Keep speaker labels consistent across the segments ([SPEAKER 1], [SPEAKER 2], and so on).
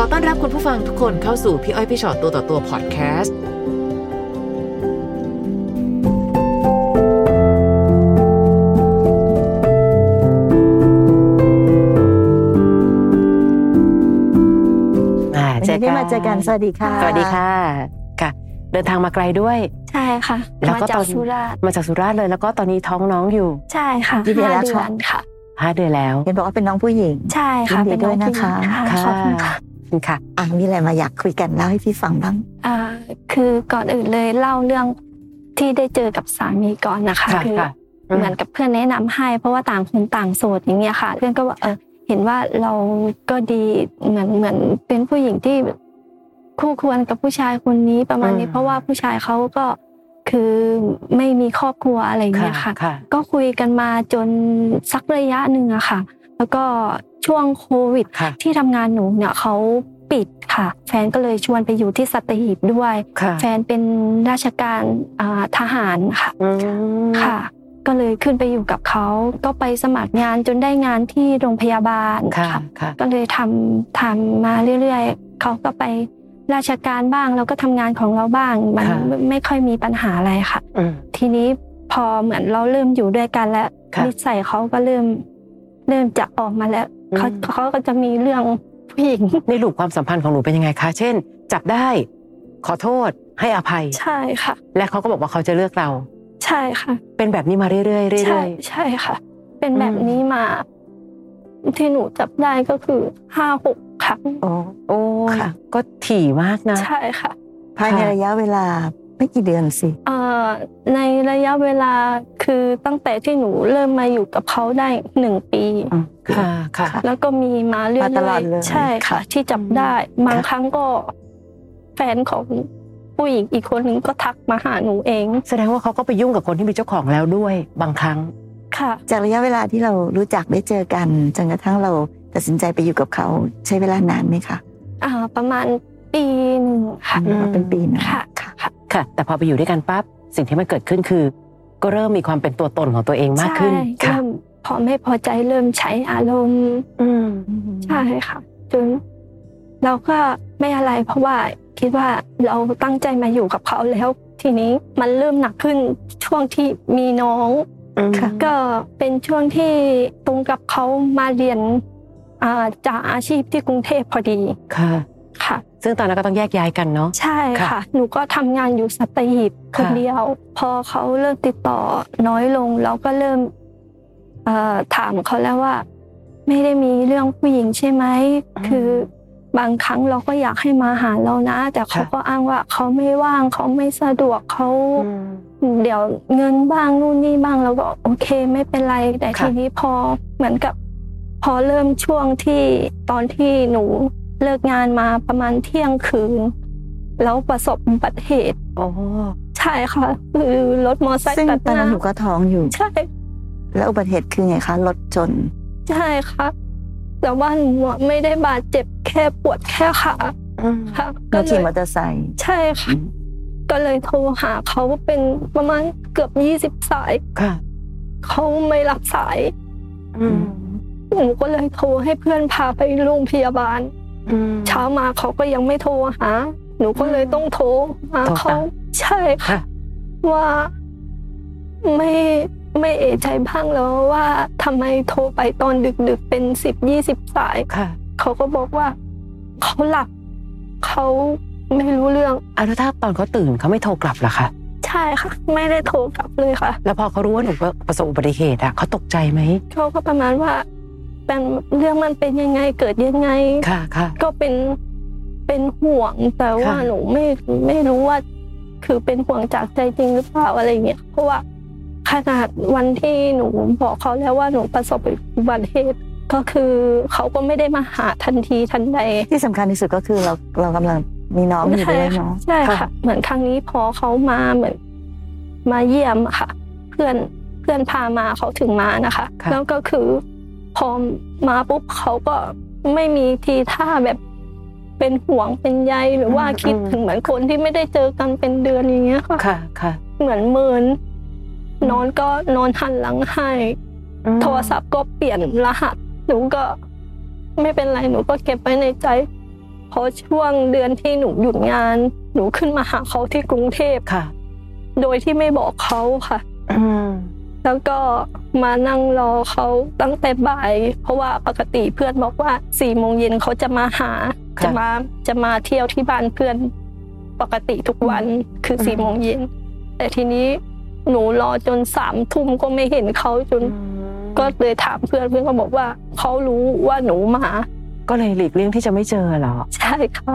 [SPEAKER 1] อต้อนรับคุณผู้ฟังทุกคนเข้าสู่พี่อ้อยพี่ชอตตัวต่อตัวพอดแคสต์ อ่า
[SPEAKER 2] วัน
[SPEAKER 1] เจอ
[SPEAKER 2] นี้
[SPEAKER 1] กัน
[SPEAKER 2] ได้มาเจอกันสวัสดีค่ะ
[SPEAKER 1] สวัสดีค่ะค่ะ เดินทางมาไกลด้วย
[SPEAKER 3] ใช่ค่ะ
[SPEAKER 1] แล้ว
[SPEAKER 3] มา
[SPEAKER 1] ก็
[SPEAKER 3] จา
[SPEAKER 1] ตอก น
[SPEAKER 3] สุราษฎร์
[SPEAKER 1] มาจากสุราษฎร์เลยแล้วก็ตอนนี้ท้องน้องอยู่
[SPEAKER 3] ใช่ค่ะ
[SPEAKER 2] ยินดี
[SPEAKER 3] ห้า
[SPEAKER 2] รับ
[SPEAKER 3] เดื
[SPEAKER 2] ช
[SPEAKER 3] อ
[SPEAKER 2] ม
[SPEAKER 3] นค่ะ
[SPEAKER 1] ห้าเดือนแล้ว
[SPEAKER 2] เห็นบอกว่าเป็นน้องผู้หญิง
[SPEAKER 3] ใช่ค่ะ
[SPEAKER 2] ยินดีด้วยนะคะ
[SPEAKER 3] เป็องผู้หญิงขอบคุณค่ะ
[SPEAKER 1] ค่ะ
[SPEAKER 2] อ่ะมีอะไรมาอยากคุยกันเล่าให้พี่ฟังบ้าง
[SPEAKER 3] อ่าคือก่อนอื่นเลยเล่าเรื่องที่ได้เจอกับสามีก่อนนะคะ
[SPEAKER 1] ค่ะ
[SPEAKER 3] คือ
[SPEAKER 1] ค่ะอืม
[SPEAKER 3] เหมือนกับเพื่อนแนะนำให้เพราะว่าต่างคนต่างโสดอย่างเงี้ยค่ะ เพื่อนก็ว่าเออเห็นว่าเราก็ดีเหมือนเหมือนเป็นผู้หญิงที่คู่ควรกับผู้ชายคนนี้ประมาณนี้
[SPEAKER 1] อืม
[SPEAKER 3] เพราะว่าผู้ชายเขาก็คือไม่มีครอบครัวอะไรอย่างเงี้ยค่ะ
[SPEAKER 1] ค่ะ
[SPEAKER 3] ก็คุยกันมาจนสักระยะหนึ่งอะค่ะ แล้วก็ช่วงโควิด
[SPEAKER 1] ค่ะ
[SPEAKER 3] ที่ทำงานหนูเนี่ยเขาปิดค่ะ แฟนก็เลยชวนไปอยู่ที่สัตหีบด้วย
[SPEAKER 1] ค่ะ
[SPEAKER 3] แฟนเป็นราชการอ่าทหารค่ะ
[SPEAKER 1] อืม
[SPEAKER 3] ค่ะ ก็เลยขึ้นไปอยู่กับเขาก็ไปสมัครงานจนได้งานที่โรงพยาบาล
[SPEAKER 1] ค่ะ
[SPEAKER 3] ค่ะ
[SPEAKER 1] ค่ะ
[SPEAKER 3] ก็เลยทำทำมาเรื่อยๆเขาก็ไปราชการบ้างเราก็ทำงานของเราบ้างมัน
[SPEAKER 1] ค่ะ
[SPEAKER 3] ไม่ไม่ค่อยมีปัญหาอะไรค่ะ
[SPEAKER 1] อืม
[SPEAKER 3] ทีนี้พอเหมือนเราเริ่มอยู่ด้วยกันแล้ว
[SPEAKER 1] ค่ะ
[SPEAKER 3] นิสัยเขาก็เริ่ม เริ่มจะออกมาแล้ว
[SPEAKER 1] อืม
[SPEAKER 3] เขาเขาก็จะมีเรื่องผู้ หญิง
[SPEAKER 1] ในรูปความสัมพันธ์ของหนูเป็นยังไงคะ เช่น จับได้ ขอโทษ ให้อภัย
[SPEAKER 3] ใช่ค่ะ
[SPEAKER 1] และเขาก็บอกว่าเขาจะเลือกเรา
[SPEAKER 3] ใช่ค่ะ
[SPEAKER 1] เป็นแบบนี้มาเรื่อยๆเรื่
[SPEAKER 3] ใช่
[SPEAKER 1] อย
[SPEAKER 3] ใช่ค่ะ เป็นแบบ
[SPEAKER 1] อืม
[SPEAKER 3] นี้มา ที่หนูจับได้ก็คือห้าหกครั้ง
[SPEAKER 2] โอ้
[SPEAKER 1] ๆโอ้ย
[SPEAKER 2] ค่ะ
[SPEAKER 1] ก็ถี่มากนะ
[SPEAKER 3] ใช่ค่ะ
[SPEAKER 2] ภายใน
[SPEAKER 1] ค่ะ
[SPEAKER 2] ระยะเวลาไม่กี่เดือนสิ
[SPEAKER 3] เอ่อในระยะเวลาคือตั้งแต่ที่หนูเริ่มมาอยู่กับเขาได้หนึ่งปี
[SPEAKER 1] ค่ะค่ะ
[SPEAKER 2] ค่ะ
[SPEAKER 3] แล้วก็มีมาเรื่อ
[SPEAKER 2] มาตลอด
[SPEAKER 3] ย
[SPEAKER 2] เลย
[SPEAKER 3] ๆใช่ค่ะ ที่จับได้บางครั้งก็ แฟนของผู้หญิงอีกคนหนึ่งก็ทักมาหาหนูเอง
[SPEAKER 1] แสดงว่าเขาก็ไปยุ่งกับคนที่มีเจ้าของแล้วด้วยบางครั้ง
[SPEAKER 3] ค่ะ
[SPEAKER 2] จากระยะเวลาที่เรารู้จักได้เจอกันจนกระทั่งเราตัดสินใจไปอยู่กับเขาใช้เวลานานไหมคะ
[SPEAKER 3] อ่า ประมาณปีหนึ่งค่ะ
[SPEAKER 1] อืม
[SPEAKER 2] เป็นปีนะ
[SPEAKER 3] ค่ะ
[SPEAKER 2] ค่ะ
[SPEAKER 1] ค่ะ แต่พอไปอยู่ด้วยกันปั๊บสิ่งที่มันเกิดขึ้นคือ ก็เริ่มมีความเป็นตัวตนของตัวเองมากขึ้น
[SPEAKER 3] ใช่
[SPEAKER 1] ค่ะ
[SPEAKER 3] เริ่มพอไม่พอใจเริ่มใช้อารมณ์
[SPEAKER 1] อืม
[SPEAKER 3] ใช่ค่ะจนเราก็ไม่อะไรเพราะว่าคิดว่าเราตั้งใจมาอยู่กับเขาแล้ว ทีนี้มันเริ่มหนักขึ้นช่วงที่มีน้อง
[SPEAKER 2] ค่ะ
[SPEAKER 3] ก็เป็นช่วงที่ตรงกับเขามาเรียนอ่าจากอาชีพที่กรุงเทพพอดี
[SPEAKER 1] ค่ะ
[SPEAKER 3] ค่ะ
[SPEAKER 1] ซึ่งตอนนั้นก็ต้องแยกย้ายกันเนาะ
[SPEAKER 3] ใช่
[SPEAKER 1] ค่ะ
[SPEAKER 3] ค่ะ หนูก็ทำงานอยู่สัตหีบคน
[SPEAKER 1] ค่ะ
[SPEAKER 3] เดียว พอเขาเริ่มติดต่อน้อยลงเราก็เริ่มเอ่อถามเขาแล้วว่า ไม่ได้มีเรื่องผู้หญิงใช่ไหมคือบางครั้งเราก็อยากให้มาหาเรานะ แต่เขาก็อ้างว่าเขาไม่ว่างเขาไม่สะดวกเขา เดี๋ยวเงินบ้างนู่นนี่บ้างแล้วก็โอเคไม่เป็นไรแต่
[SPEAKER 1] ค่ะ
[SPEAKER 3] ทีนี้พอเหมือนกับ พอเริ่มช่วงที่ตอนที่หนูเลิกงานมาประมาณเที่ยงคืน แล้วประสบอุบัติเหตุ
[SPEAKER 1] โอ้
[SPEAKER 3] ใช่ค่ะคือรถมอเตอร์ไซค์
[SPEAKER 2] ซึ่ง
[SPEAKER 3] ตัด
[SPEAKER 2] ตอน
[SPEAKER 3] หน้า
[SPEAKER 2] นั้นหนูก็ท้องอยู่
[SPEAKER 3] ใช่
[SPEAKER 2] แล้วอุบัติเหตุคือไงคะรถชน
[SPEAKER 3] ใช่ค่ะ แต่ว่าหนูอะไม่ได้บาดเจ็บแค่ปวดแค่ขา
[SPEAKER 2] ร
[SPEAKER 3] ค่ะก็
[SPEAKER 2] ถ
[SPEAKER 3] เล
[SPEAKER 2] ขี่
[SPEAKER 3] ย
[SPEAKER 2] มอเตอร์ไซค์
[SPEAKER 3] ใช่ค่ะ ก็เลยโทรหาเขาเป็นประมาณเกือบยี่สิบสาย
[SPEAKER 1] ค่ะ
[SPEAKER 3] เขาไม่รับสาย
[SPEAKER 1] อืม
[SPEAKER 3] หนูก็เลยโทรให้เพื่อนพาไปโรงพยาบาล
[SPEAKER 1] อืม
[SPEAKER 3] เช้ามาเขาก็ยังไม่โทรหาหนูก็เลยต้องโทรหา
[SPEAKER 1] โทรตาม
[SPEAKER 3] เขาใช่ค่ะ
[SPEAKER 1] ค่ะ
[SPEAKER 3] ว่าไม่ไม่เอะใจบ้างแล้วว่าทำไมโทรไปตอนดึกๆเป็นสิบยี่สิบสาย
[SPEAKER 1] ค่ะ
[SPEAKER 3] เขาก็บอกว่าเขาหลับเขาไม่รู้เรื่อง
[SPEAKER 1] อ่ะแล้วถ้าตอนเขาตื่นเขาไม่โทรกลับเหรอคะ
[SPEAKER 3] ใช่ค่ะ ไม่ได้โทรกลับเลยค่ะ
[SPEAKER 1] แล้วพอเขารู้ว่าหนูประสบอุบัติเหตุอะเขาตกใจไหม
[SPEAKER 3] เขาก็ประมาณว่าเป็นเรื่องมันเป็นยังไงเกิดยังไง
[SPEAKER 1] ค่ะค่ะ
[SPEAKER 3] ก็เป็นเป็นห่วงแต่ว่า
[SPEAKER 1] ค่ะ
[SPEAKER 3] หนูไม่ไม่รู้ว่า คือเป็นห่วงจากใจจริงหรือเปล่าอะไรเงี้ยเพราะว่าขนาดวันที่หนูบอกเขาแล้วว่าหนูประสบอุบัติเหตุก็คือเขาก็ไม่ได้มาหาทันทีทันใด
[SPEAKER 2] ที่สำคัญที่สุดก็คือเราเรากำลังมีน้องอยู่ด้วยเนาะ
[SPEAKER 3] ใช่
[SPEAKER 1] ค่ะ
[SPEAKER 3] ค่ะ เหมือนครั้งนี้พอเขามาเหมือน มาเยี่ยมอะค่ะ เพื่อนเพื่อนพามาเขาถึงมานะคะ
[SPEAKER 1] ค่ะ
[SPEAKER 3] แล้วก็คือพอมาปุ๊บเขาก็ไม่มีทีท่าแบบเป็นห่วงเป็นใยหรือว่าคิดถึงเหมือนคนที่ไม่ได้เจอกันเป็นเดือนอย่างเงี้ยค่ะ
[SPEAKER 1] ค่ะค่ะ
[SPEAKER 3] เหมือนเมินนอนก็นอนหันหลังให้
[SPEAKER 1] อืม
[SPEAKER 3] โทรศัพท์ก็เปลี่ยนรหัส หนูก็ ไม่เป็นไรหนูก็เก็บไว้ในใจ เพราะช่วงเดือนที่หนูหยุดงาน หนูขึ้นมาหาเขาที่กรุงเทพ
[SPEAKER 1] ค่ะ
[SPEAKER 3] โดยที่ไม่บอกเขาค่ะ
[SPEAKER 1] อืม
[SPEAKER 3] แล้วก็มานั่งรอเขาตั้งแต่บ่าย เพราะว่าปกติเพื่อนบอกว่าสี่โมงเย็นเขาจะมาหา
[SPEAKER 1] ะ
[SPEAKER 3] จะมาจะมาเที่ยวที่บ้านเพื่อนปกติทุกวันคือ
[SPEAKER 1] อืม
[SPEAKER 3] สี่โมงเย็นแต่ทีนี้หนูรอจนสามทุ่มก็ไม่เห็นเขาจน ก็เลยถามเพื่อนเพื่อนก็บอกว่าเขารู้ว่าหนูมา
[SPEAKER 1] ก็เลยหลีกเลี่ยงที่จะไม่เจอเหรอ
[SPEAKER 3] ใช่ค่ะ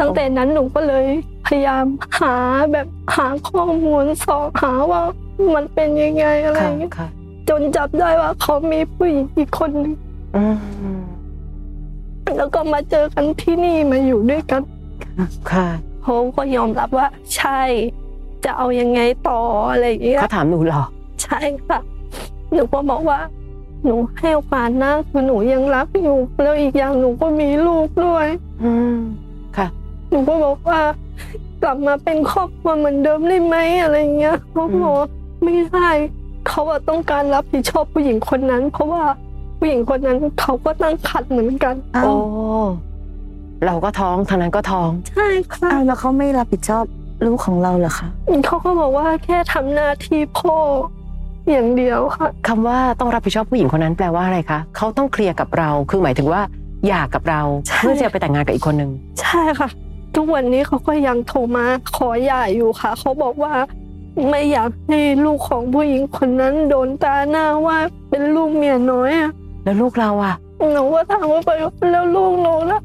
[SPEAKER 3] ตั้งแต่นั้นหนูก็เลยพยายามหาแบบหาข้อมูลสอบหาว่ามันเป็นยังไงอะไรอ
[SPEAKER 1] ค่ะ
[SPEAKER 3] ย่างเงี้ย
[SPEAKER 1] ค่ะ
[SPEAKER 3] จนจับได้ว่าเขามีผู้หญิงอีกคนนึง
[SPEAKER 1] อืม
[SPEAKER 3] แล้วก็มาเจอกันที่นี่มาอยู่ด้วยกัน
[SPEAKER 1] ค่ะ
[SPEAKER 3] เขาก็ยอมรับว่า ใช่ จะเอายังไงต่ออะไรอย่างเงี้ย
[SPEAKER 1] เขาถามหนูเหรอ
[SPEAKER 3] ใช่ค่ะหนูก็บอกว่า หนูให้โอกาสนะคือหนูยังรักอยู่ แล้วอีกอย่างหนูก็มีลูกด้วย
[SPEAKER 1] อืมค่ะ
[SPEAKER 3] หนูก็บอกว่ากลับมาเป็นครอบครัวเหมือนเดิมได้ไหมอะไรเงี้ยเขาก็บอกว่าไม่ได้เขาอะต้องการรับผิดชอบผู้หญิงคนนั้น เพราะว่าผู้หญิงคนนั้นเขาก็ตั้งขัดเหมือนกัน
[SPEAKER 2] อ้าว
[SPEAKER 1] โอ้เราก็ท้องทางนั้นก็ท้อง
[SPEAKER 3] ใช่ค่ะ
[SPEAKER 2] อ้าวแล้วเขาไม่รับผิดชอบลูกของเราเหรอคะ
[SPEAKER 3] เขาก็บอกว่าแค่ทำหน้าที่พ่ออย่างเดียวค่ะ
[SPEAKER 1] คำว่าต้องรับผิดชอบผู้หญิงคนนั้นแปลว่าอะไรคะเขาต้องเคลียร์กับเรา คือหมายถึงว่าหย่ากับเรา
[SPEAKER 3] ใช่
[SPEAKER 1] เพื่อจะไปแต่งงานกับอีกคนหนึ่ง
[SPEAKER 3] ใช่ค่ะ ทุกวันนี้เขาก็ยังโทรมาขอหย่าอยู่ค่ะ เขาบอกว่า ไม่อยากให้ลูกของผู้หญิงคนนั้นโดนตาหน้าว่าเป็นลูกเมียน้อยอะ
[SPEAKER 1] แล้วลูกเราอ่ะ
[SPEAKER 3] หนูก็ถามว่าไปแล้วลูกหนูล่ะ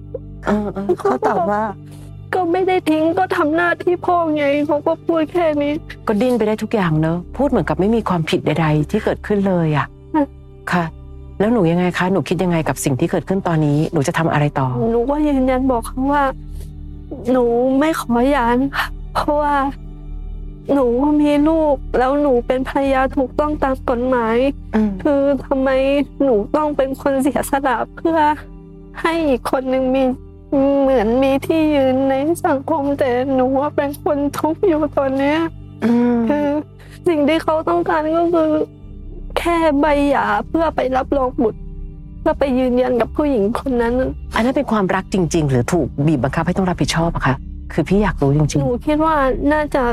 [SPEAKER 1] เออเออ
[SPEAKER 2] เขาตอบว่า
[SPEAKER 3] ก็ไม่ได้ทิ้งก็ทำหน้าที่พ่อไงเขาก็พูดแค่นี้
[SPEAKER 1] ก็ดิ้นไปได้ทุกอย่างเนอะพูดเหมือนกับไม่มีความผิดใด ๆ ที่เกิดขึ้นเลยอ่ะ
[SPEAKER 3] อืม
[SPEAKER 1] ค่ะ แล้วหนูยังไงคะ หนูคิดยังไงกับสิ่งที่เกิดขึ้นตอนนี้หนูจะทำอะไรต่อ
[SPEAKER 3] หนูก็ยืนยันบอกเขาว่า หนูไม่ขอหย่านะคะเพราะว่า หนูก็มีลูก แล้วหนูเป็นภรรยาถูกต้องตามกฎหมาย
[SPEAKER 1] อืม
[SPEAKER 3] คือทำไมหนูต้องเป็นคนเสียสละเพื่อให้อีกคนหนึ่งมีเหมือนมีที่ยืนในสังคมแต่หนูว่าเป็นคนทุกข์อยู่ตอนเนี้ย
[SPEAKER 1] อืม
[SPEAKER 3] คือสิ่งที่เขาต้องการก็คือแค่ใบหย่าเพื่อไปรับรองบุตรเพื่อไปยืนยันกับผู้หญิงคนนั้น
[SPEAKER 1] อันนั้นเป็นความรักจริง ๆ หรือถูกบีบบังคับให้ต้องรับผิดชอบอะคะคือพี่อยากรู้จริ
[SPEAKER 3] ห
[SPEAKER 1] ง
[SPEAKER 3] นูคิดว่าน่าจะ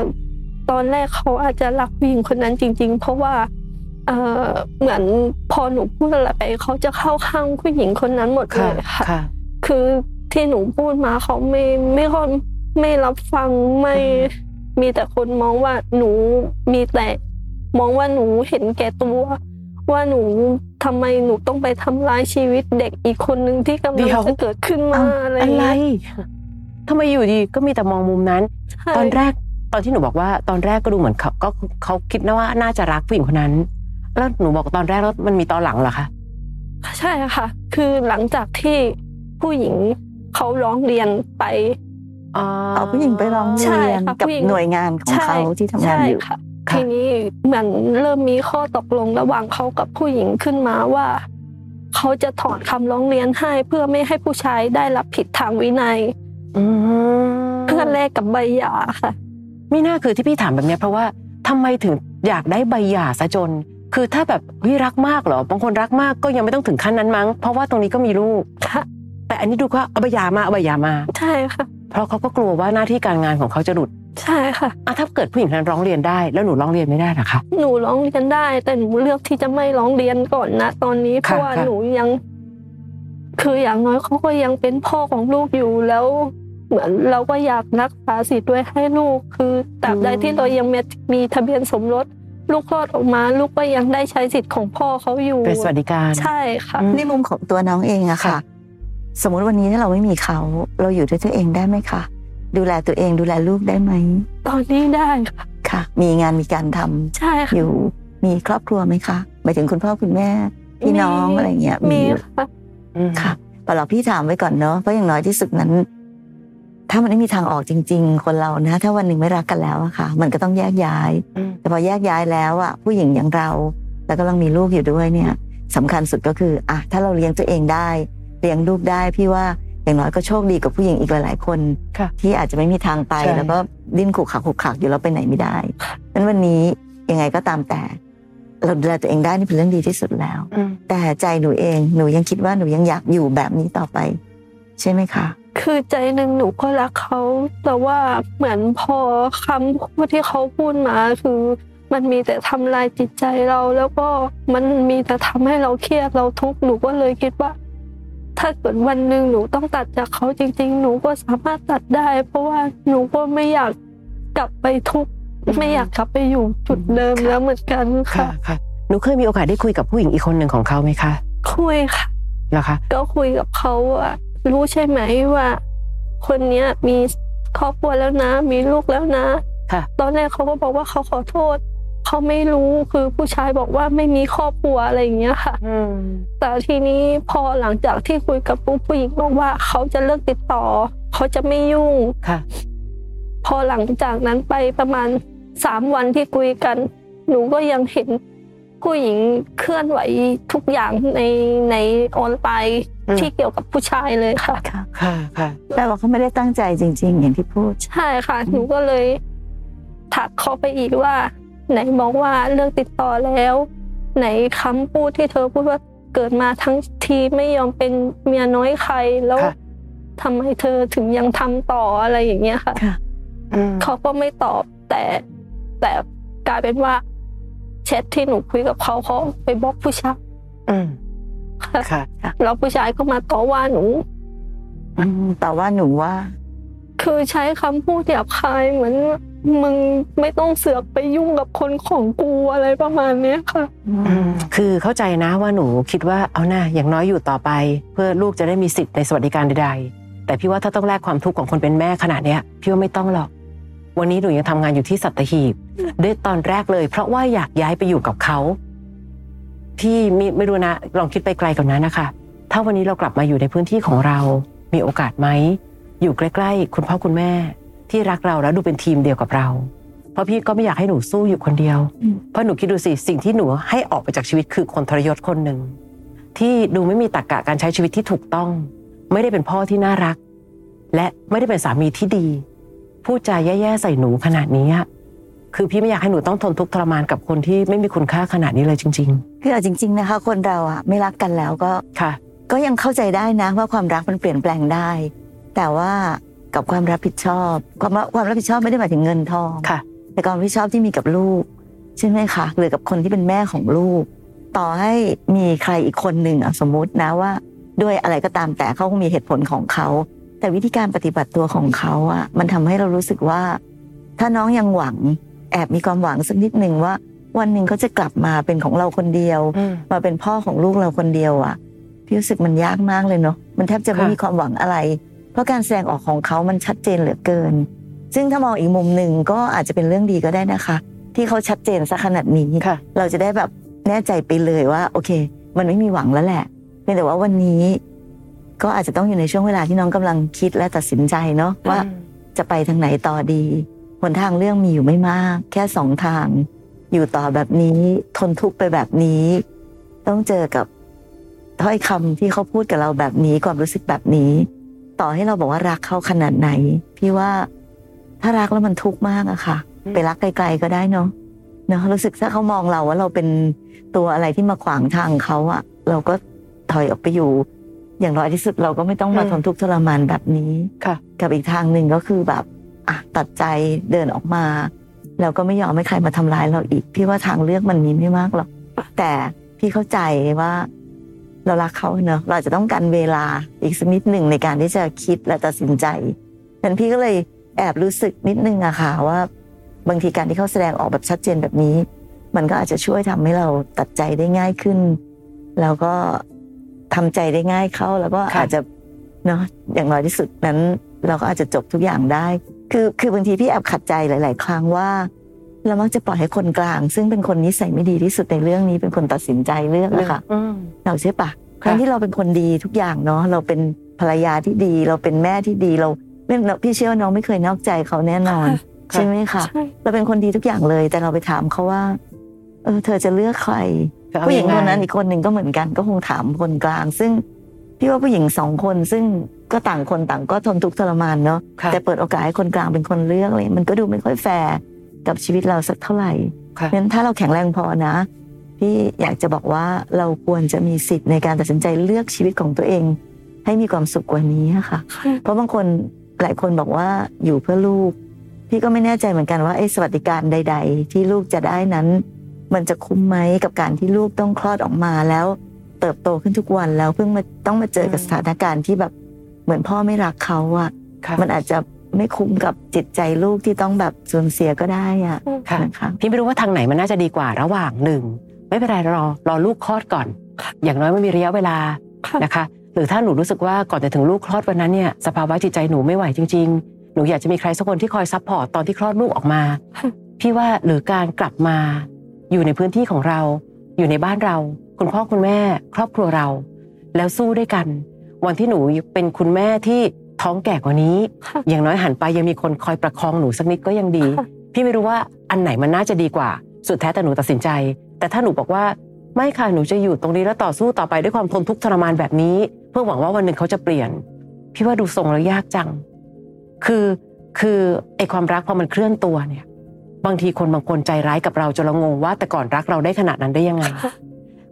[SPEAKER 3] ตอนแรกเขาอาจจะรักผู้หญิงคนนั้นจริง ๆ เพราะว่าเออเหมือนพอหนูพูดอะไรไปเขาจะเข้าข้างผู้หญิงคนนั้นหมด
[SPEAKER 1] ๆ
[SPEAKER 3] เล
[SPEAKER 1] ค่ะ
[SPEAKER 3] ยค่ะ
[SPEAKER 1] ค่ะ
[SPEAKER 3] คือที่หนูพูดมาเขาไม่ไม่ค่อยไม่รับฟังไม่
[SPEAKER 1] อืม
[SPEAKER 3] มีแต่คนมองว่าหนูมีแต่มองว่าหนูเห็นแก่ตัว ว่าหนูทำไมหนูต้องไปทำร้ายชีวิตเด็กอีกคนนึงที่กำลังจะเกิดขึ้นมาอะไร
[SPEAKER 1] อะ
[SPEAKER 3] ย่าง
[SPEAKER 1] ไร
[SPEAKER 3] เงี้ย
[SPEAKER 1] ทำไมอยู่ดีก็มีแต่มองมุมนั้น
[SPEAKER 3] ใช่
[SPEAKER 1] ตอนแรกตอนที่หนูบอกว่าตอนแรกก็ดูเหมือนเขาก็เขาคิดนะว่าน่าจะรักผู้หญิงคนนั้น แล้วหนูบอกตอนแรกแล้วมันมีตอนหลังเหรอคะ
[SPEAKER 3] ใช่ค่ะ คือหลังจากที่ผู้หญิงเขาร้องเรียนไป
[SPEAKER 2] เอาผู้หญิงไปร้อง
[SPEAKER 3] ใช่
[SPEAKER 2] เรียน
[SPEAKER 3] ค่ะ
[SPEAKER 2] กับ
[SPEAKER 3] ผู้หญิง
[SPEAKER 2] หน่วยงานของเขาที่ทำงานอยู่
[SPEAKER 3] ใช่ค่ะ
[SPEAKER 1] ค่ะ
[SPEAKER 3] ทีนี้เหมือนเริ่มมีข้อตกลงระหว่างเขากับผู้หญิงขึ้นมาว่า เขาจะถอนคำร้องเรียนให้เพื่อไม่ให้ผู้ชายได้รับผิดทางวินัย
[SPEAKER 1] อืม
[SPEAKER 3] เพื่อแลกกับใบหย่าค่ะ
[SPEAKER 1] ไม่น่าคือที่พี่ถามแบบเนี้ยเพราะว่าทำไมถึงอยากได้ใบหย่าซะจน คือถ้าแบบเฮ้ยรักมากเหรอบางคนรักมากก็ยังไม่ต้องถึงขั้นนั้นมั้ง เพราะว่าตรงนี้ก็มีลูก
[SPEAKER 3] ค่ะ
[SPEAKER 1] แต่อันนี้ดูว่าเอาใบหย่ามาเอาใบหย่ามา
[SPEAKER 3] ใช่ค่ะ
[SPEAKER 1] เพราะเขาก็กลัวว่าหน้าที่การงานของเขาจะหลุด
[SPEAKER 3] ใช่ค่ะ
[SPEAKER 1] อ่ะถ้าเกิดผู้หญิงคนนั้นร้องเรียนได้ แล้วหนูร้องเรียนไม่ได้เหรอคะ
[SPEAKER 3] หนูร้องเรียนได้ แต่หนูเลือกที่จะไม่ร้องเรียนก่อนนะตอนนี้เพ
[SPEAKER 1] ค่ะ
[SPEAKER 3] ราะว่า
[SPEAKER 1] ค่ะ
[SPEAKER 3] หนูยัง คืออย่างน้อยเขาก็ยังเป็นพ่อของลูกอยู่แล้ว เหมือนเราก็อยากรักษาสิทธิ์ไว้ให้ลูก คือตราบใดที่เรายังมีมีทะเบียนสมรส ลูกคลอดออกมา ลูกก็ยังได้ใช้สิทธิ์ของพ่อเขาอยู่
[SPEAKER 1] เป็นสวัสดิการ
[SPEAKER 3] ใช่ค่ะ
[SPEAKER 1] อืม
[SPEAKER 2] ในมุมของตัวน้องเองอะค่ะ
[SPEAKER 1] ค่ะ
[SPEAKER 2] สมมุติวันนี้ถ้าเราไม่มีเขาเราอยู่ด้วยตัวเองได้ไหมคะดูแลตัวเองดูแลลูกได้ไหม
[SPEAKER 3] ตอนนี้ได้ค่ะ
[SPEAKER 2] ค่ะ มีงานมีการทำ
[SPEAKER 3] ใช่ค่ะ
[SPEAKER 2] อยู่มีครอบครัวไหมคะหมายถึงคุณพ่อคุณแม่
[SPEAKER 3] มี
[SPEAKER 2] พี่น้องอะไรเงี้ย
[SPEAKER 3] มี
[SPEAKER 2] อยู่
[SPEAKER 3] ค่ะ
[SPEAKER 1] อืม
[SPEAKER 2] ค่ะแต่เราพี่ถามไว้ก่อนเนาะเพราะอย่างน้อยที่สุดนั้น ถ้ามันไม่มีทางออกจริง ๆ คนเรานะ ถ้าวันหนึ่งไม่รักกันแล้วอะค่ะ มันก็ต้องแยกย้าย
[SPEAKER 1] อืม
[SPEAKER 2] แต่พอแยกย้ายแล้วอะผู้หญิงอย่างเรา แล้วก็ต้องมีลูกอยู่ด้วยเนี่ยสำคัญสุดก็คืออะถ้าเราเลี้ยงตัวเองได้ เลี้ยงลูกได้พี่ว่าอย่างน้อยก็โชคดีกับผู้หญิงอีกหลาย ๆ คน
[SPEAKER 1] ค่ะ
[SPEAKER 2] ที่อาจจะไม่มีทางไป
[SPEAKER 1] ใช่
[SPEAKER 2] แล้วก็ดิ้นขูกขักขูกขักอยู่แล้วไปไหนไม่ได้นั้นวันนี้ยังไงก็ตามแต่ เราดูแลตัวเองได้นี่เป็นเรื่องดีที่สุดแล้ว
[SPEAKER 1] อืม
[SPEAKER 2] แต่ใจหนูเองหนูยังคิดว่าหนูยังอยากอยู่แบบนี้ต่อไป ใช่ไหมคะ
[SPEAKER 3] คือใจหนึ่งหนูก็รักเขา แต่ว่าเหมือนพอคำพูดที่เขาพูดมาคือมันมีแต่ทำลายจิตใจเรา แล้วก็มันมีแต่ทำให้เราเครียดเราทุกข์หนูก็เลยคิดว่า ถ้าเกิดวันหนึ่งหนูต้องตัดจากเขาจริง ๆ หนูก็สามารถตัดได้ เพราะว่าหนูก็ไม่อยากกลับไปทุกข์
[SPEAKER 1] อืม
[SPEAKER 3] ไม่อยากกลับไปอยู่จุดเดิมแล้วเหมือนกัน
[SPEAKER 1] ค่ะ
[SPEAKER 3] ค่ะ
[SPEAKER 1] ค่ะหนูเคยมีโอกาสได้คุยกับผู้หญิงอีกคนหนึ่งของเขาไหมคะ
[SPEAKER 3] คุยค่ะ
[SPEAKER 1] เหรอคะ
[SPEAKER 3] ก็คุยกับเขาว่ารู้ใช่ไหมว่า คนเนี้ยมีครอบครัวแล้วนะ มีลูกแล้วนะ
[SPEAKER 1] ค่ะ
[SPEAKER 3] ตอนแรกเขาก็บอกว่าเขาขอโทษ เขาไม่รู้คือผู้ชายบอกว่าไม่มีครอบครัวอะไรอย่างเงี้ยค่ะ
[SPEAKER 1] อืม
[SPEAKER 3] แต่ทีนี้พอหลังจากที่คุยกับปุ๊บผู้หญิงบอกว่าเขาจะเลิกติดต่อ เขาจะไม่ยุ่ง
[SPEAKER 1] ค่ะ
[SPEAKER 3] พอหลังจากนั้นไปประมาณสามวันที่คุยกัน หนูก็ยังเห็นผู้หญิงเคลื่อนไหวทุกอย่างในในออนไลน์
[SPEAKER 1] อืม
[SPEAKER 3] ที่เกี่ยวกับผู้ชายเลยค่ะ
[SPEAKER 1] ค่ะค่ะ
[SPEAKER 2] แปลว่าเขาไม่ได้ตั้งใจจริง ๆ อย่างที่พูด
[SPEAKER 3] ใช่ค่ะ หนูก็เลยถักเขาไปอีกว่า ไหนบอกว่าเรื่องติดต่อแล้ว ไหนคำพูดที่เธอพูดว่าเกิดมาทั้งทีไม่ยอมเป็นเมียน้อยใครแล้ว
[SPEAKER 1] ค่ะ
[SPEAKER 3] ทำไมเธอถึงยังทำต่ออะไรอย่างเงี้ยค่ะ
[SPEAKER 1] อืม
[SPEAKER 3] เขาก็ไม่ตอบแต่แต่กลายเป็นว่าแชทที่หนูคุยกับเขาเขาไปบล็อกผู้ชาย
[SPEAKER 1] อืมค่ะ
[SPEAKER 3] แล้วผู้ชายก็มาต่อว่าหนู
[SPEAKER 2] อืมแต่ว่าหนูว่า
[SPEAKER 3] คือใช้คำพูดหยาบคายเหมือนมึงไม่ต้องเสือกไปยุ่งกับคนของกูอะไรประมาณเนี้ยค่ะ
[SPEAKER 1] คือเข้าใจนะว่าหนูคิดว่าเอาหน้าอย่างน้อยอยู่ต่อไป เพื่อลูกจะได้มีสิทธิ์ในสวัสดิการใดๆ แต่พี่ว่าถ้าต้องแลกความทุกข์ของคนเป็นแม่ขนาดเนี้ยพี่ว่าไม่ต้องหรอก วันนี้หนูยังทำงานอยู่ที่สัตหีบด้วยตอนแรกเลย เพราะว่าอยากย้ายไปอยู่กับเขาพี่ไม่ไม่รู้นะลองคิดไปไกลกว่านั้นนะคะ ถ้าวันนี้เรากลับมาอยู่ในพื้นที่ของเรา มีโอกาสไหม อยู่ใกล้ๆ คุณพ่อคุณแม่ ที่รักเราแล้วดูเป็นทีมเดียวกับเรา เพราะพี่ก็ไม่อยากให้หนูสู้อยู่คนเดียว
[SPEAKER 2] อืม
[SPEAKER 1] เพราะหนูคิดดูสิสิ่งที่หนูให้ออกไปจากชีวิตคือคนทรยศคนหนึ่ง ที่ดูไม่มีตรรกะการใช้ชีวิตที่ถูกต้อง ไม่ได้เป็นพ่อที่น่ารัก และไม่ได้เป็นสามีที่ดี พูดจาแย่ๆใส่หนูขนาดนี้อะคือพี่ไม่อยากให้หนูต้องทนทุกข์ทรมานกับคนที่ไม่มีคุณค่าขนาดนี้เลยจริง
[SPEAKER 2] คือเอาจริง ๆ นะคะ คนเราอะไม่รักกันแล้วก็
[SPEAKER 1] ๆ ค่ะ
[SPEAKER 2] ก็ยังเข้าใจได้นะว่าความรักมันเปลี่ยนแปลงได้ แต่ว่ากับความรับผิดชอบ ความรับความรับผิดชอบไม่ได้หมายถึงเงินทอง
[SPEAKER 1] ค่ะ
[SPEAKER 2] แต่ความรับผิดชอบที่มีกับลูก ใช่ไหมคะหรือกับคนที่เป็นแม่ของลูก ต่อให้มีใครอีกคนหนึ่งอะสมมุตินะว่า ด้วยอะไรก็ตามแต่เขาคงมีเหตุผลของเขา แต่วิธีการปฏิบัติตัวของเขาอะมันทำให้เรารู้สึกว่า ถ้าน้องยังหวังแอบมีความหวังสักนิดหนึ่งว่า วันหนึ่งเขาจะกลับมาเป็นของเราคนเดียว มาเป็นพ่อของลูกเราคนเดียวอะพี่รู้สึกมันยากมากเลยเนาะมันแทบจะไม่
[SPEAKER 1] ค่ะ
[SPEAKER 2] มีความหวังอะไร เพราะการแสดงออกของเขามันชัดเจนเหลือเกิน ซึ่งถ้ามองอีกมุมหนึ่งก็อาจจะเป็นเรื่องดีก็ได้นะคะ ที่เขาชัดเจนซะขนาดนี้
[SPEAKER 1] ค่ะ
[SPEAKER 2] เราจะได้แบบแน่ใจไปเลยว่า โอเค มันไม่มีหวังแล้วแหละเพียงแต่ว่าวันนี้ ก็อาจจะต้องอยู่ในช่วงเวลาที่น้องกำลังคิดและตัดสินใจเนาะว่า จะไปทางไหนต่อดีหนทางเรื่องมีอยู่ไม่มาก แค่สองทาง อยู่ต่อแบบนี้ทนทุกข์ไปแบบนี้ ต้องเจอกับถ้อยคำที่เขาพูดกับเราแบบนี้ความรู้สึกแบบนี้ ต่อให้เราบอกว่ารักเขาขนาดไหน พี่ว่าถ้ารักแล้วมันทุกข์มากอะค่ะ
[SPEAKER 1] อืม
[SPEAKER 2] ไปรักไกลๆก็ได้เนาะเนาะรู้สึกถ้าเขามองเราว่าเราเป็นตัวอะไรที่มาขวางทางเขาอะเราก็ถอยออกไปอยู่ อย่างน้อยที่สุดเราก็ไม่ต้องมา
[SPEAKER 1] อืม
[SPEAKER 2] ทนทุกข์ทรมานแบบนี้
[SPEAKER 1] ค่ะ
[SPEAKER 2] กับอีกทางหนึ่งก็คือแบบอ่ะตัดใจเดินออกมาแล้วก็ไม่ยอมให้ใครมาทำร้ายเราอีก พี่ว่าทางเลือกมันมีไม่มากหรอกแต่พี่เข้าใจว่า เรารักเขาเนอะเราอาจจะต้องการเวลาอีกสักนิดหนึ่งในการที่จะคิดและตัดสินใจนั้นพี่ก็เลยแอบรู้สึกนิดนึงอะค่ะว่า บางทีการที่เขาแสดงออกแบบชัดเจนแบบนี้ มันก็อาจจะช่วยทำให้เราตัดใจได้ง่ายขึ้น แล้วก็ทำใจได้ง่ายเข้าแล้วก็
[SPEAKER 1] ค่ะ
[SPEAKER 2] อาจจะเนาะอย่างน้อยที่สุดนั้น เราก็อาจจะจบทุกอย่างได้ คือคือบางทีพี่แอบขัดใจหลาย ๆ ครั้งว่า เรามักจะปล่อยให้คนกลาง ซึ่งเป็นคนนิสัยไม่ดีที่สุดในเรื่องนี้เป็นคนตัดสินใจเรื่องนะคะ
[SPEAKER 1] อืม
[SPEAKER 2] เราใช่ปะครั้งที่เราเป็นคนดีทุกอย่างเนาะเราเป็นภรรยาที่ดี เราเป็นแม่ที่ดีเราไม่พี่เชื่อว่าน้องไม่เคยนอกใจเขาแน่นอน
[SPEAKER 1] ค่ะ
[SPEAKER 2] ใช่ไหมคะ
[SPEAKER 3] ใช่
[SPEAKER 2] เราเป็นคนดีทุกอย่างเลย แต่เราไปถามเขาว่า เออ เธอจะเลือกใคร
[SPEAKER 1] จะเอา
[SPEAKER 2] ผู้หญิ
[SPEAKER 1] ยัง งไง
[SPEAKER 2] คนนั้นอีกคนหนึ่งก็เหมือนกันก็คงถามคนกลาง ซึ่งพี่ว่าผู้หญิงสองคนซึ่งก็ต่างคนต่างก็ทนทุกข์ทรมานเนาะ
[SPEAKER 1] ค่ะ
[SPEAKER 2] แต่เปิดโอกาสให้คนกลางเป็นคนเลือกเลย มันก็ดูไม่ค่อยแฟร์กับชีวิตเราสักเท่าไหร่
[SPEAKER 1] ค่ะ
[SPEAKER 2] เพราะฉะนั้นถ้าเราแข็งแรงพอนะ พี่อยากจะบอกว่าเราควรจะมีสิทธิ์ในการตัดสินใจเลือกชีวิตของตัวเอง ให้มีความสุขกว่านี้อะค่ะ
[SPEAKER 3] ค่ะ
[SPEAKER 2] เพราะบางคนหลายคนบอกว่าอยู่เพื่อลูก พี่ก็ไม่แน่ใจเหมือนกันว่าไอ้สวัสดิการใด ๆ ที่ลูกจะได้นั้น มันจะคุ้มไหมกับการที่ลูกต้องคลอดออกมาแล้ว เติบโตขึ้นทุกวันแล้วเพิ่งมาต้องมาเจอกับสถานการณ์ที่แบบเหมือนพ่อไม่รักเขาอะ
[SPEAKER 1] ค่ะ
[SPEAKER 2] มันอาจจะไม่คุ้มกับจิตใจลูกที่ต้องแบบสูญเสียก็ได้อะ
[SPEAKER 1] ค่ะ
[SPEAKER 2] นะคะ
[SPEAKER 1] พี่ไม่รู้ว่าทางไหนมันน่าจะดีกว่าระหว่างหนึ่งไม่เป็นไรรอรอลูกคลอดก่อน อย่างน้อยมันมีระยะเวลา
[SPEAKER 3] ค่ะ
[SPEAKER 1] นะคะ หรือถ้าหนูรู้สึกว่าก่อนจะถึงลูกคลอดวันนั้นเนี่ยสภาวะจิตใจหนูไม่ไหวจริง ๆ หนูอยากจะมีใครสักคนที่คอยซัพพอร์ตตอนที่คลอดลูกออกมา
[SPEAKER 3] ค่ะ
[SPEAKER 1] พี่ว่าหรือการกลับมา อยู่ในพื้นที่ของเรา อยู่ในบ้านเรา คุณพ่อคุณแม่ ครอบครัวเรา แล้วสู้ด้วยกัน วันที่หนูเป็นคุณแม่ที่ท้องแก่กว่านี้
[SPEAKER 3] ค่ะ
[SPEAKER 1] อย่างน้อยหันไปยังมีคนคอยประคองหนูสักนิดก็ยังดี
[SPEAKER 3] ค่ะ
[SPEAKER 1] พี่ไม่รู้ว่าอันไหนมันน่าจะดีกว่า สุดแท้แต่หนูตัดสินใจ แต่ถ้าหนูบอกว่าไม่ค่ะหนูจะอยู่ตรงนี้แล้วต่อสู้ต่อไปด้วยความทนทุกข์ทรมานแบบนี้ เพื่อหวังว่าวันหนึ่งเขาจะเปลี่ยน พี่ว่าดูทรงแล้วยากจัง คือคือไอความรักพอมันเคลื่อนตัวเนี่ย บางทีคนบางคนใจร้ายกับเราจนเรางงว่าแต่ก่อนรักเราได้ขนาดนั้นได้ยังไง
[SPEAKER 3] ค่ะ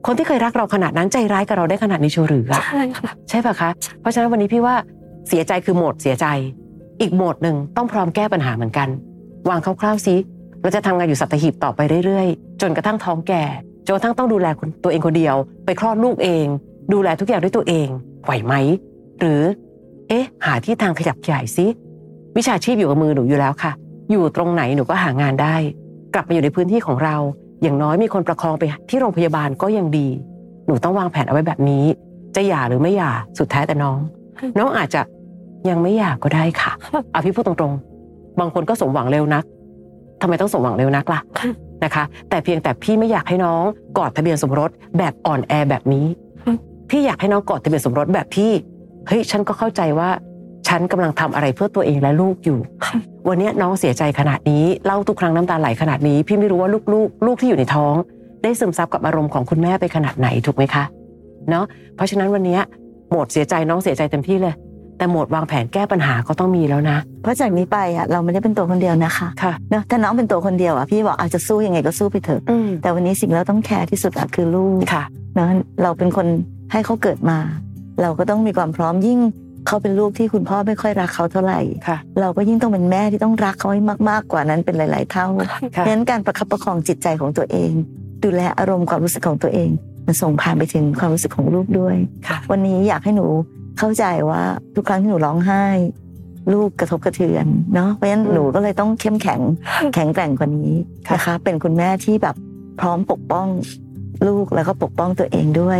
[SPEAKER 1] คนที่เคยรักเราขนาดนั้นใจร้ายกับเราได้ขนาดนี้เชียวหรืออะ
[SPEAKER 3] ใช่ค่ะ
[SPEAKER 1] ใช่ป่ะคะ เพราะฉะนั้นวันนี้พี่ว่าเสียใจคือโหมดเสียใจ อีกโหมดหนึ่งต้องพร้อมแก้ปัญหาเหมือนกัน วางคร่าวๆซิเราจะทำงานอยู่สัตหีบต่อไปเรื่อยๆ จนกระทั่งท้องแก่ จนกระทั่งต้องดูแลคนตัวเองคนเดียว ไปคลอดลูกเอง ดูแลทุกอย่างด้วยตัวเองไหวไหม หรือ เอ๊ะ หาที่ทางขยับขยายซิวิชาชีพอยู่กับมือหนูอยู่แล้วค่ะ อยู่ตรงไหนหนูก็หางานได้ กลับมาอยู่ในพื้นที่ของเรา อย่างน้อยมีคนประคองไปที่โรงพยาบาลก็ยังดี หนูต้องวางแผนเอาไว้แบบนี้ จะหย่าหรือไม่หย่าสุดแท้แต่น้อง
[SPEAKER 3] ค่ะ
[SPEAKER 1] น้องอาจจะยังไม่หย่าก็ได้ค่ะ
[SPEAKER 3] ค่ะ
[SPEAKER 1] เอาพี่พูดตรงๆ บางคนก็สมหวังเร็วนักทำไมต้องสมหวังเร็วนักล่ะนะคะ แต่เพียงแต่พี่ไม่อยากให้น้องกอดทะเบียนสมรสแบบอ่อนแอแบบนี้ พี่อยากให้น้องกอดทะเบียนสมรสแบบที่เฮ้ยฉันก็เข้าใจว่า ฉันกำลังทำอะไรเพื่อตัวเองและลูกอยู่
[SPEAKER 3] ค่ะ
[SPEAKER 1] วันเนี้ยน้องเสียใจขนาดนี้เล่าทุกครั้งน้ำตาไหลขนาดนี้ พี่ไม่รู้ว่าลูกๆ ลูกที่อยู่ในท้อง ได้ซึมซับกับอารมณ์ของคุณแม่ไปขนาดไหนถูกไหมคะเนาะเพราะฉะนั้นวันเนี้ยโหมดเสียใจน้องเสียใจเต็มที่เลย แต่โหมดวางแผนแก้ปัญหาก็ต้องมีแล้วนะ
[SPEAKER 2] เพราะจากนี้ไปอะเราไม่ได้เป็นตัวคนเดียวนะคะ
[SPEAKER 1] ค่ะ
[SPEAKER 2] เนอะถ้าน้องเป็นตัวคนเดียวอะพี่บอกอาจจะสู้ยังไงก็สู้ไปเถอะ
[SPEAKER 1] อืม
[SPEAKER 2] แต่วันนี้สิ่งเราต้องแคร์ที่สุดอะคือลูก
[SPEAKER 1] ค่ะ
[SPEAKER 2] นะเราเป็นคนให้เขาเกิดมา เราก็ต้องมีความพร้อมยิ่งเขาเป็นลูกที่คุณพ่อไม่ค่อยรักเขาเท่าไหร่
[SPEAKER 1] ค่ะ
[SPEAKER 2] เราก็ยิ่งต้องเป็นแม่ที่ต้องรักเขาให้มากๆกว่านั้นเป็นหลาย ๆ เท่าเพ
[SPEAKER 1] ค่ะ
[SPEAKER 2] ราะฉะนั้นการประคับประคองจิตใจของตัวเอง ดูแลอารมณ์ความรู้สึกของตัวเอง มันส่งผ่านไปถึงความรู้สึกของลูกด้วย
[SPEAKER 1] ค่ะ
[SPEAKER 2] วันนี้อยากให้หนูเข้าใจว่าทุกครั้งที่หนูร้องไห้ ลูกกระทบกระเทือนเนาะเพราะฉะนั้นหนูก็เลยต้องเข้มแข็ง แข็งแกร่งกว่านี้นะคะ เป็นคุณแม่ที่แบบพร้อมปกป้องลูกแล้วก็ปกป้องตัวเองด้วย